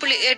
புள்ளி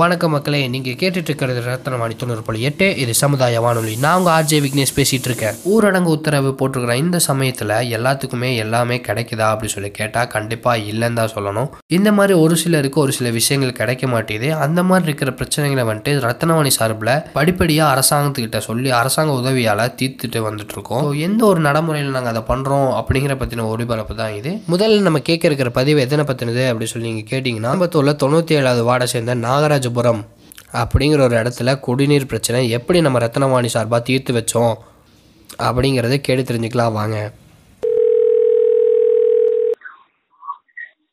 வணக்கம் மக்களே நீங்கள் கேட்டுட்டு இருக்கிறது ரத்னவாணி தொண்ணூறு புள்ளி எட்டு இது சமுதாய வானொலி நான் உங்கள் ஆர்ஜே விக்னேஷ் பேசிகிட்டு இருக்கேன் ஊரடங்கு உத்தரவு போட்டிருக்கிற இந்த சமயத்தில் எல்லாத்துக்குமே எல்லாமே கிடைக்குதா அப்படின்னு சொல்லி கேட்டால் கண்டிப்பாக இல்லைன்னு தான் சொல்லணும் இந்த மாதிரி ஒரு சிலருக்கு ஒரு சில விஷயங்கள் கிடைக்க மாட்டேது அந்த மாதிரி இருக்கிற பிரச்சனைகளை வந்துட்டு ரத்னவாணி சார்பில் படிப்படியாக அரசாங்கத்துக்கிட்ட சொல்லி அரசாங்க உதவியால் தீர்த்துட்டு வந்துட்டு இருக்கோம் So, எந்த ஒரு நடைமுறையில் நாங்கள் அதை பண்ணுறோம் அப்படிங்கிற பற்றின ஒளிபரப்பு தான் இது முதல்ல நம்ம கேட்க இருக்கிற பதிவு எதனை பற்றினது அப்படின்னு சொல்லி நீங்கள் கேட்டிங்கன்னா அம்பத்தூரில் தொண்ணூற்றி ஏழாவது வார்டை சேர்ந்த நாகராஜபுரம் அப்படிங்கிற ஒரு இடத்துல குடிநீர் பிரச்சனை எப்படி நம்ம ரத்னவாணி சார்பாக தீர்த்து வச்சோம் அப்படிங்கிறத கேட்டு தெரிஞ்சுக்கலாம் வாங்க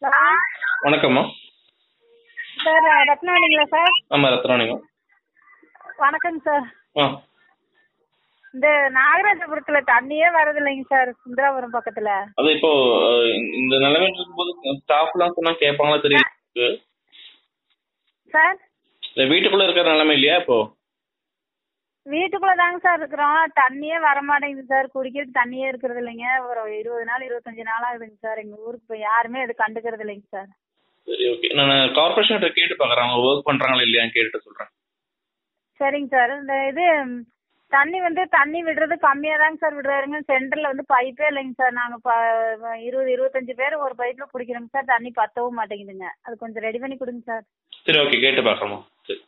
சார் வணக்கம்மா சார் ரத்னவாணிங்களா சார் ஆமாம் ரத்னாணிங்க வணக்கம் சார் ஆ இந்த நாகராஜபுரத்துல தண்ணியே வரதில்லைங்க சார் சுந்தராபுரம் பக்கத்துல அது இப்போ அஹ், இந்த நிலைமையில இருக்கும்போது ஸ்டாஃப்லாம் சொன்னா கேட்பாங்களா தெரியுது சார் இந்த வீட்டுக்குள்ள இருக்கிற நிலைமை இல்லையா இப்போ வீட்டுக்குள்ள தாங்க சார் இருக்கிறோம் தண்ணியே வர மாட்டேங்குது சார் குடிக்கிறதுக்கு தண்ணியே இருக்கிறது இல்லைங்க ஒரு இருபது நாள் இருபத்தஞ்சு நாள் ஆகுதுங்க சார் எங்க ஊருக்கு போய் யாருமே இது கண்டுக்கிறது இல்லைங்க சார் சரி ஓகே நான் கார்பரேஷன்கிட்ட கேட்டு பார்க்குறேன் அவங்க ஒர்க் பண்ணுறாங்களா இல்லையான்னு கேட்டுட்டு சொல்கிறேன் சரிங்க சார் இந்த இது தண்ணி வந்து தண்ணி விடுறது கம்மியா தாங்க சார் விடுறாருங்க சென்டர்ல வந்து பைப்பே இல்லைங்க சார் நாங்க ப- இருபது இருபத்தஞ்சு பேர் ஒரு பைப்ல பிடிக்கிறோங்க சார் தண்ணி பத்தவும் மாட்டேங்குதுங்க அது கொஞ்சம் ரெடி பண்ணி கொடுங்க சார் சரி ஓகே கேட்டு பார்க்குறோம்மா சரி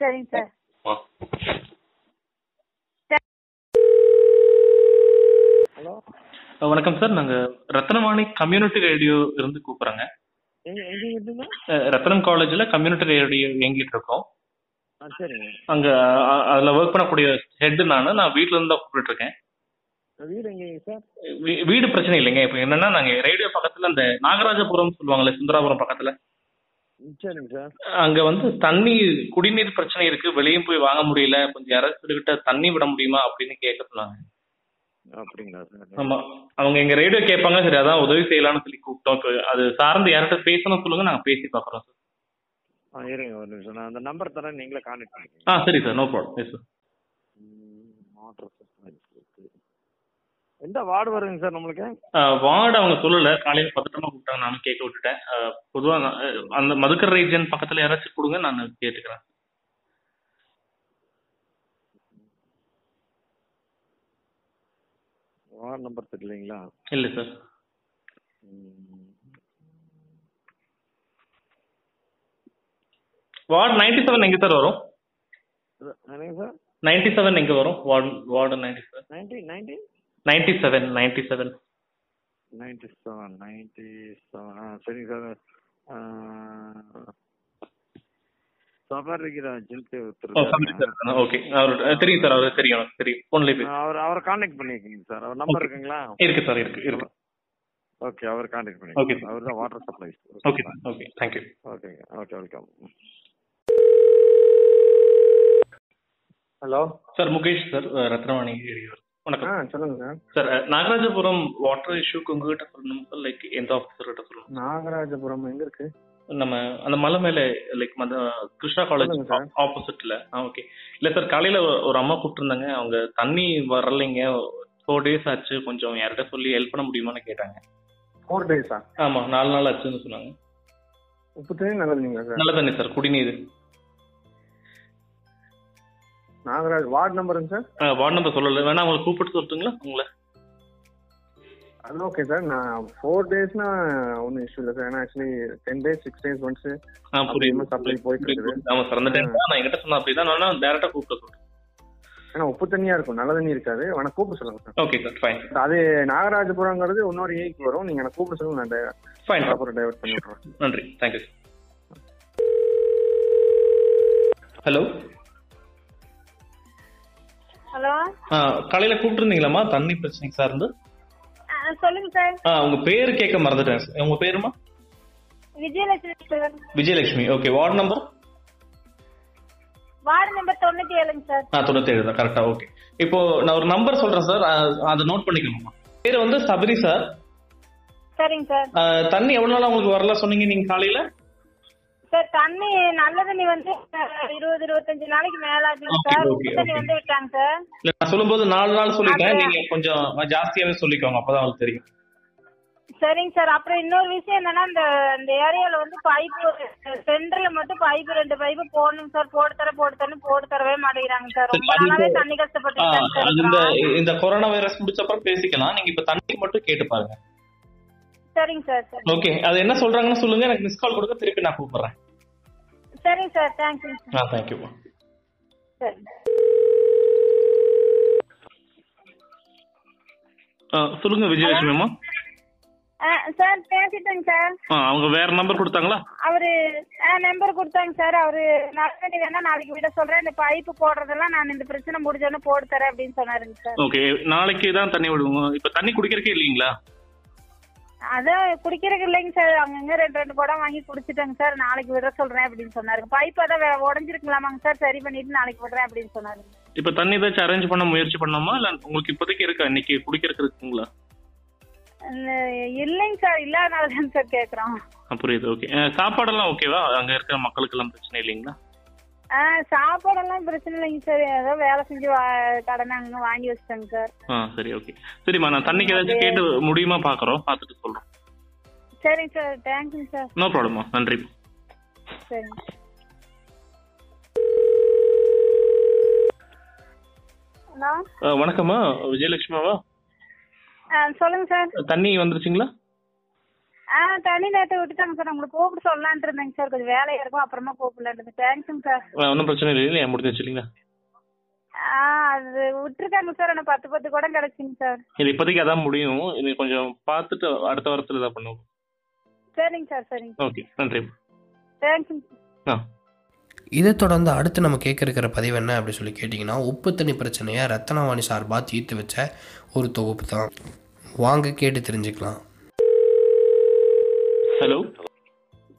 சரிங்க சார் ஆ ஹலோ அஹ், வணக்கம் சார் நாங்கள் ரத்னவாணி கம்யூனிட்டி ரேடியோ இருந்து கூப்பிட்றேங்க எங்க எங்க இருந்தீங்க ரத்னம் காலேஜில் கம்யூனிட்டி ரேடியோ இயங்கிட்டு இருக்கோம் ஆ சரிங்க அங்கே அதில் ஒர்க் பண்ணக்கூடிய ஹெட் நான் நான் வீட்டில் இருந்து தான் கூப்பிட்டு இருக்கேன் உங்க வீடு எங்கேங்க சார் வீ- வீடு பிரச்சனை இல்லைங்க இப்போ என்னன்னா நாங்க ரேடியோ பக்கத்துல அந்த நாகராஜபுரம் சொல்லுவாங்கல்ல சுந்தராபுரம் பக்கத்துல ம், சரிங்க சார் அங்க வந்து தண்ணி குடிநீர் பிரச்சனை இருக்கு வெளியும் போய் வாங்க முடியல கொஞ்சம் யாராவது கிட்ட தண்ணி விட முடியுமா அப்படின்னு கேட்க சொன்னாங்க அப்படிங்களா சார் ஆமா அவங்க எங்க ரேடியோ கேட்பாங்க சரி அதான் உதவி செய்யலாம்னு சொல்லி கூப்பிட்டோம் இப்போ அது சார்ந்து யார்கிட்ட பேசணும் சொல்லுங்க நாங்க பேசி பாக்குறோம் சார் ஆ இருங்க ஒரு நிமிஷம் நான் அந்த நம்பர் தரேன் நீங்களே கான்டெக்ட் பண்ணிக்கோங்க ஆ சரி sir no problem yes sir water supply எந்த வார்டு வருங்க சார் நம்மளுக்கு வார்டு அவங்க சொல்லல காலையில பதட்டமா கூப்பிட்டாங்க நானும் கேட்க விட்டுட்டேன் அஹ், பொதுவா நான், அஹ், அந்த மதுக்கர் ரீஜன் பக்கத்துல யாராச்சும் கொடுங்க நான் கேட்டுக்கிறேன் வார்டு நம்பர் தெரியலீங்களா இல்ல சார் ம், வார்டு நைன்டி செவன் எங்க சார் வரும் இது- என்னங்க சார் நைன்டி செவன் எங்கே வரும் ward ward ninety seven ninety ninety ninety seven ninety seven ninety seven ninety seven ஆ சரிங்க சார் சபாரிகிராஜன் ஒருத்தர் ஓகே அவர் தெரியும் சார் அவர் தெரியும் எனக்கு தெரியும் ஃபோன்லேயே பேசு அவர் அவரை கான்டாக்ட் பண்ணிருக்கீங்க சார் அவர் நம்பர் Okay. இருக்குங்களா இருக்கு சார் இருக்கு இருக்கு ஓகே அவர் கான்டாக்ட் Okay, பண்ணிருக்கீங்க sir. அவர் தான் water supply okay sir okay thank you ஓகேங்க okay welcome hello sir Mukesh sir அஹ், ரத்னவாணி ஏரியா. ஆ வணக்கம் சொல்லுங்க சார் சார் அஹ், நாகராஜபுரம் வாட்டர் இஷ்யூக்கு உங்ககிட்ட சொல்லணும் சார் லைக் எந்த ஆஃபீஸர் கிட்ட சொல்லணும் நாகராஜபுரம் எங்க இருக்கு நம்ம அந்த மலை மேலே லைக் அந்த கிருஷ்ணா சொல்லுங்க காலேஜ் சார். ஆப்போசிட்ல ஆ ஓகே இல்ல சார் காலையில ஒரு- ஒரு அம்மா கூப்பிட்டுருந்தாங்க அவங்க தண்ணி வரலைங்க ஃபோர் டேஸ் ஆச்சு கொஞ்சம் யார்கிட்ட சொல்லி ஹெல்ப் பண்ண முடியுமான்னு கேட்டாங்க ஃபோர் டேஸா ஆமா நாலு நாள் ஆச்சுன்னு சொன்னாங்க உப்பு தண்ணி நல்லதுங்களா சார் நல்ல தண்ணி சார் குடிநீர் நாகராஜ் வார்டு நம்பருங்க சார் ஆ, வார்டு நம்பர் சொல்லல வேணா உங்களை கூப்பிட்டு சொல்லிட்டுங்களா உங்களை அது ஓகே சார் நான் ஃபோர் டேஸ்னா ஒன்றும் இஷ்யூ இல்லை சார் ஏன்னா actually ten days six days once ஆ புரியுது அப்படியுமே சப்ளை போயிட்டு இருக்குது ஆமா சார் அந்த டைம் நான் என்கிட்ட சொன்னா அப்படிதான் நான் வேணா டேரக்டா கூப்பிட்டு சொல்றேன் ஏன்னா உப்பு தண்ணியா இருக்கும் நல்ல தண்ணி இருக்காது வேணா கூப்பிட சொல்லுங்க சார் ஓகே சார் ஃபைன் அது நாகராஜபுரங்கிறது இன்னொரு ஏக்கு வரும் நீங்க எனக்கு கூப்பிட சொல்லுங்க நான் டி- ஃபைன் சார் ப்ராப்பரா டைவர்ட் பண்ணி விட்றேன் நன்றி தேங்க்யூ சார் ஹலோ ஹலோ காலையில கூப்பிட்டுருந்தீங்களாம்மா தண்ணி பிரச்சனைக்கு சார் இருந்து ஆ, சொல்லுங்க சார் ஆ, உங்க பேர் கேட்க மறந்துட்டேன் sir. உங்க பேருமா Vijayalakshmi sir Vijayalakshmi okay ward number ward number தொண்ணூத்தி ஏழுங்க சார் ஆ தொண்ணூத்தேழு தான் கரெக்டா ஓகே இப்போ நான் ஒரு நம்பர் சொல்றேன் சார் அதை நோட் பண்ணிக்கணுமா பேர் வந்து சபரி சார் சரிங்க சார் ஆ, தண்ணி எவ்வளவு நாள் உங்களுக்கு வரல சொன்னீங்க நீங்க காலையில சார் தண்ணி நல்ல தண்ணி வந்து அஹ், இருபது இருபத்தஞ்சு நாளைக்கு மேல ஆகுது சார் Okay, okay, உப்பு தண்ணி okay. வந்து விட்டாங்க சார் இல்ல நான் சொல்லும்போது நாலு நாள் சொல்லிட்டேன் அப்படியா? நீங்க கொஞ்சம் ஜாஸ்தியாவே சொல்லிக்கோங்க அப்பதான் அவங்களுக்கு தெரியும் சரிங்க சார் அப்புறம் இன்னொரு விஷயம் என்னன்னா இந்த இந்த ஏரியால வந்து பைப்பு சென்டர்ல மட்டும் பைப்பு ரெண்டு பைப்பு போடணும் சார் போட்டு தர போட்டு தரணும் போட்டு தரவே மாட்டேங்கிறாங்க சார் ரொம்ப அது நாளாவே இந்த- தண்ணி கஷ்டப்பட்டு ஆ, இருக்காங்க சார் அது இந்த இருக்கிறோம். இந்த கொரோனா வைரஸ் முடிச்ச அப்புறம் பேசிக்கலாம் நீங்க இப்ப தண்ணி மட்டும் கேட்டு பாருங்க சரிங்க சார் சரி ஓகே அது என்ன சொல்றாங்கன்னு சொல்லுங்க எனக்கு மிஸ் கால் கொடுக்க திருப்பி நான் கூப்பிடுறேன் சரிங்க சார் தேங்க்யூங்க சார் ஆ தேங்க்யூ சரி சொல்லுங்க விஜயலட்சுமி அம்மா ஆ, சார் பேசிட்டேங்க சார் ஆ, அவங்க வேற நம்பர் கொடுத்தாங்களா அவரு நம்பர் கொடுத்தாங்க சார் அவரு நடத்தி வேணா நாளைக்கு விட சொல்றேன் இந்த பைப்பு போடுறதெல்லாம் நான் இந்த பிரச்சனை முடிஞ்சோன்னு போட்டு தரேன் அப்படின்னு சொன்னாருங்க சார் ஓகே நாளைக்கு தான் தண்ணி விடுவோம் இப்ப தண்ணி குடிக்கிறக்கே இல்லைங்களா அதான் குடிக்கிறதுக்கு இல்லைங்க சார் அங்கங்க ரெண்டு ரெண்டு குடம் வாங்கி குடிச்சிட்டேங்க சார் நாளைக்கு விட சொல்றேன் அப்படின்னு சொன்னாருங்க பைப் அதான் வே- உடைஞ்சிருக்கலாமாங்க சார் சரி பண்ணிட்டு நாளைக்கு விடுறேன் அப்படின்னு சொன்னாருங்க இப்ப தண்ணி ஏதாச்சும் அரேஞ்ச் பண்ண முயற்சி பண்ணோமா இல்ல உங்களுக்கு இப்போதைக்கு இருக்கா இன்னைக்கு குடிக்கிறதுக்கு இருக்குங்களா இந்த- இல்லைங்க சார் இல்லாதனால தாங்க சார் கேக்குறோம் ஆ, புரியுது ஓகே சாப்பாடெல்லாம் ஓகேவா அங்க இருக்கிற மக்களுக்கு எல்லாம் பிரச்சனை இல்லைங்களா ஆ சாப்பாடெல்லாம் பிரச்சனை இல்லைங்க சார் ஏதோ வேலை செஞ்சு வா- கடனை அங்க வாங்கி வச்சிட்டேங்க சார் ஆ சரி ஓகே சரிம்மா நான் தண்ணிக்கு ஏதாச்சும் கேட்டு முடியுமா பாக்குறோம் பார்த்துட்டு சொல்றோம் சரிங்க சார் தேங்க்யூங்க சார் நோ ப்ராப்ளம்மா நன்றிம்மா சரிங்க ஹலோ ஆ, வணக்கம்மா விஜயலட்சுமாவா ஆ சொல்லுங்க சார் தண்ணி வந்துருச்சுங்களா ஆ தனி நேரத்தை விட்டுட்டாங்க சார் உங்களுக்கு கூப்பிட்டு சொல்லலான்ட்டு இருந்தேங்க சார் கொஞ்சம் வேலையா இருக்கும் அப்புறமா கூப்பிடலான்ட்டு இருந்தேன் தேங்க்ஸுங்க சார் ஒன்றும் பிரச்சனை இல்லை இல்லையா முடிஞ்சிருச்சு இல்லைங்களா ஆ அது விட்டுருக்காங்க சார் ஆனால் பத்து பத்து குடம் கிடச்சிங்க சார் இது இப்போதைக்கு அதான் முடியும் இது கொஞ்சம் பார்த்துட்டு அடுத்த வாரத்துல தான் பண்ணுவோம் சரிங்க சார் சரிங்க ஓகே நன்றிம்மா தேங்க்ஸுங்க ஆ இதை தொடர்ந்து அடுத்து நம்ம கேட்க இருக்கிற பதிவு என்ன அப்படி சொல்லி கேட்டிங்கன்னா உப்பு தண்ணி பிரச்சனையை ரத்தனவாணி சார்பாக தீர்த்து வச்ச ஒரு தொகுப்பு தான் வாங்க கேட்டு தெரிஞ்சுக்கலாம் ஹலோ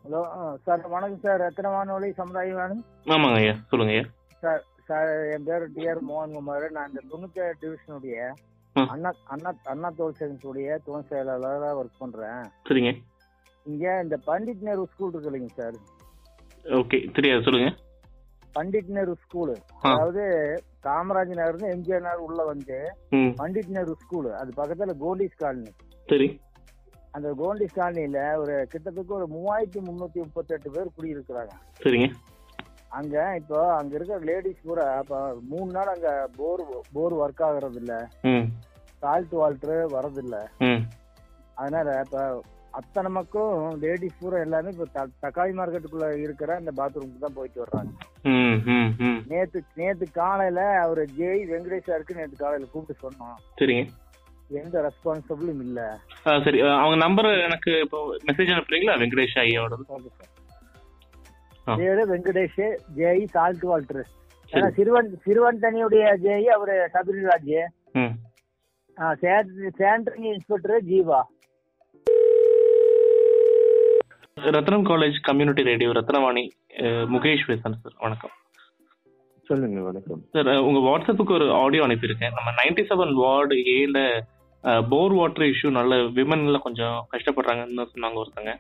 ஹலோ ஆ, சார் வணக்கம் சார் ரத்னவானொலி சமுதாய வானொலி. ஆமாங்க ஐயா சொல்லுங்க ஐயா சார் சார் என் பேர் டிஆர் மோகன்குமார் நான் இந்த தொண்ணூத்தி டிவிஷனுடைய ம். அண்ணா அண்ணா அண்ணா தோல் சேகன்ஸுடைய துணை செயலாளராக ஒர்க் பண்றேன் சரிங்க இங்க இந்த பண்டிட் நேரு ஸ்கூல் இருக்கு இல்லைங்க சார் ஓகே தெரியாது சொல்லுங்க பண்டிட் நேரு ஸ்கூல் ஆ. அதாவது காமராஜ் நகர் எம்ஜிஆர் நகர் உள்ள வந்து ம் பண்டிட் நேரு ஸ்கூல் அது பக்கத்துல கோல்டிஸ் காலனி சரி அந்த கோல்டிஸ் காலனியில ஒரு கிட்டத்தட்ட ஒரு மூவாயிரத்தி முன்னூத்தி முப்பத்தெட்டு பேர் குடியிருக்கிறாங்க சரிங்க அங்க இப்போ அங்க இருக்கிற லேடிஸ் பூரா இப்போ மூணு நாள் அங்க போர் போர் ஒர்க் ஆகுறது இல்ல ம் சால்ட் வால்ட்ரு வரது இல்ல ம் அதனால இப்ப அத்தனை மக்களும் லேடிஸ் பூரா எல்லாமே இப்ப த- தக்காளி மார்க்கெட்டுக்குள்ள இருக்கிற அந்த பாத்ரூமுக்கு தான் போயிட்டு வர்றாங்க ம் ம் ம் நேத்து நேத்து காலையில அவர் ஜெய் வெங்கடேஷ் சாருக்கு நேத்து காலையில கூப்பிட்டு சொன்னோம் சரிங்க எந்த ரெஸ்பான்சிபிளும் இல்ல ஆ சரி அஹ், அவங்க நம்பர் எனக்கு இப்போ மெசேஜ் அனுப்புறீங்களா வெங்கடேஷ் ஐயாவோடது ஓகே சார் ஆ. பேரு E வெங்கடேஷ் ஜெய் சால்ட் வால்ட்ரு சரி. ஏன்னா சிறுவன் சிறுவன் தனியுடைய ஜெய் அவரு E. சதுரிராஜ் ம் sanitary inspector Jeeva Rathnam college community radio Rathnavani அஹ், முகேஷ் பேசுறேன் சார் வணக்கம் சொல்லுங்க வணக்கம் சார் அஹ், உங்க வாட்ஸ்அப்புக்கு ஒரு ஆடியோ அனுப்பியிருக்கேன் நம்ம நைன்டி செவன் வார்டு ஏல போர் வாட்டர் இஷ்யூ நல்ல விமன் எல்லாம் கொஞ்சம் கஷ்டப்படுறாங்கன்னு சொன்னாங்க ஒருத்தங்க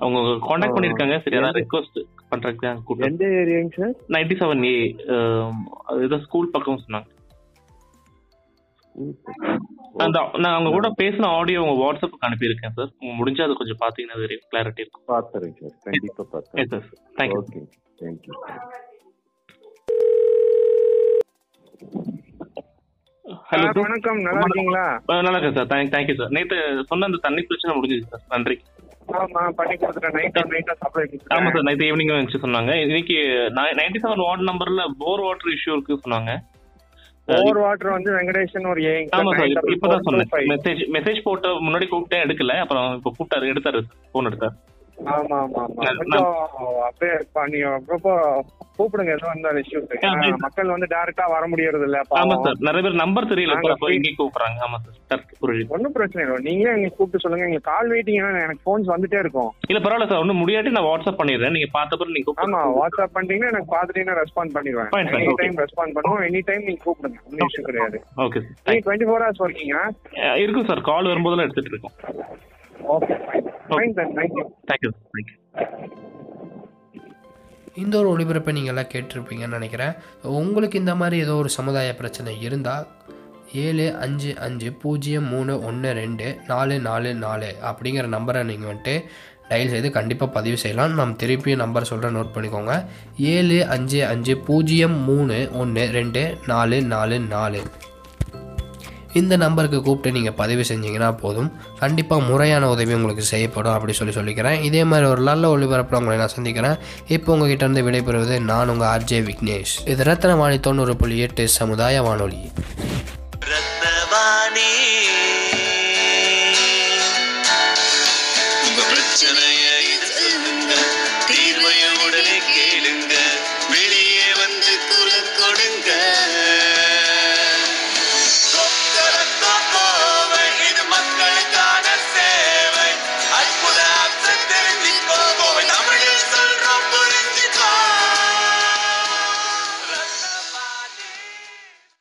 அவங்க காண்டாக்ட் ஆ. பண்ணிருக்காங்க சரி அதான் ரெக்வஸ்ட் பண்றதுக்கு தான் கூப்பிட்டேன் எந்த ஏரியாங்க சார் நைன்டி செவன் ஏ ஏதோ ஸ்கூல் பக்கம் சொன்னாங்க அந்த நான் அவங்க கூட பேசின ஆடியோ உங்க வாட்ஸ்அப்புக்கு அனுப்பியிருக்கேன் சார் உங்க முடிஞ்சா அதை கொஞ்சம் பாத்தீங்கன்னா தெரியும் கிளாரிட்டி இருக்கும் பார்த்துறேன் சார் கண்டிப்பா எஸ் பார்த்தேன் sir thank you okay thank you hello sir வணக்கம் நல்லா இருக்கீங்களா நல்லா இருக்கேன் சார் தேங்க் தேங்க்யூ சார் நேற்று சொன்ன அந்த தண்ணி பிரச்சனை முடிஞ்சிச்சு சார் நன்றி ஆமா பண்ணி கொடுத்துட்டேன் நைட்டா நைட்டா சப்ளை ஆமா சார் நைட்டு ஈவினிங் வந்துச்சு சொன்னாங்க இன்னைக்கு நைன்டி செவன் வார்டு நம்பர்ல போர் வாட்டர் இஷ்யூ இருக்கு சொன்னாங்க ஓவர் வாட்டர் வந்து வெங்கடேஷன் ஒரு ஏங்க ஆமா சார் இப்ப- இப்பதான் சொன்னேன் மெசேஜ் மெசேஜ் போட்டு முன்னாடி கூப்பிட்டேன் எடுக்கல அப்புறம் இப்ப கூப்பிட்டாரு எடுத்தாரு போன் எடுத்தாரு ஆமா ஆமா ஆமா நான்- கொஞ்சம் அப்படியே பண்ணி அப்பப்போ கூப்பிடுங்க எதுவும் இருந்தாலும் ஆ, சரி. இஷ்யூஸ் மக்கள் வந்து டைரக்டா வர முடியறது இல்ல ஆமா பாவம் சார் நிறைய பேர் நம்பர் தெரியல நாங்க இப்ப இங்கே கூப்பிடுறாங்க ஆமா சார் கரெக்ட் புரியுது ஒன்றும் பிரச்சனை இல்லை நீங்களே எங்களுக்கு கூப்பிட்டு சொல்லுங்க எங்களுக்கு கால் வெயிட்டிங் எனக்கு ஃபோன்ஸ் வந்துட்டே இருக்கும் இல்ல பரவாயில்ல சார் ஒன்னும் முடியாட்டி நான் வாட்ஸ்அப் பண்ணிடுறேன் நீங்க பார்த்த பிறகு நீங்க ஆமா கூப்பிடுங்க. வாட்ஸ்அப் பண்ணிட்டீங்கன்னா எனக்கு பார்த்துட்டீங்கன்னா ரெஸ்பாண்ட் பண்ணிடுவேன் Fine, fine, any okay. Time respond பண்ணுவோம் எனி டைம் நீங்க கூப்பிடுங்க ஒன்றும் இஷ்யூ கிடையாது ஓகே சார் நீ தேங்க் டுவெண்ட்டி ஃபோர் ஹவர்ஸ் ஒர்க்கிங்க இருக்கும் சார் கால் வரும்போதெல்லாம் எடுத்துட்டு இருக்கோம் okay fine fine sir thank you thank you thank you இந்த ஒரு ஒளிபரப்பை நீங்கள் எல்லாம் கேட்டிருப்பீங்கன்னு நினைக்கிறேன் உங்களுக்கு இந்த மாதிரி ஏதோ ஒரு சமுதாய பிரச்சனை இருந்தால் ஏழு அஞ்சு அஞ்சு பூஜ்ஜியம் மூணு ஒன்று ரெண்டு நாலு நாலு நாலு அப்படிங்கிற நம்பரை நீங்கள் வந்துட்டு டயல் செய்து கண்டிப்பாக பதிவு செய்யலாம் நான் திருப்பியும் நம்பர் சொல்கிறேன் நோட் பண்ணிக்கோங்க ஏழு அஞ்சு அஞ்சு பூஜ்ஜியம் மூணு ஒன்று ரெண்டு நாலு நாலு நாலு இந்த நம்பருக்கு கூப்பிட்டு நீங்கள் பதிவு செஞ்சீங்கன்னா போதும் கண்டிப்பாக முறையான உதவி உங்களுக்கு செய்யப்படும் அப்படி சொல்லி சொல்லிக்கிறேன் இதே மாதிரி ஒரு நல்ல ஒளிபரப்பில் உங்களை நான் சந்திக்கிறேன் இப்போ உங்ககிட்ட இருந்து விடைபெறுவது நான் உங்கள் ஆர்ஜே விக்னேஷ் இது ரத்னவாணி தொண்ணூறு புள்ளி எட்டு சமுதாய வானொலி ரத்னவாணி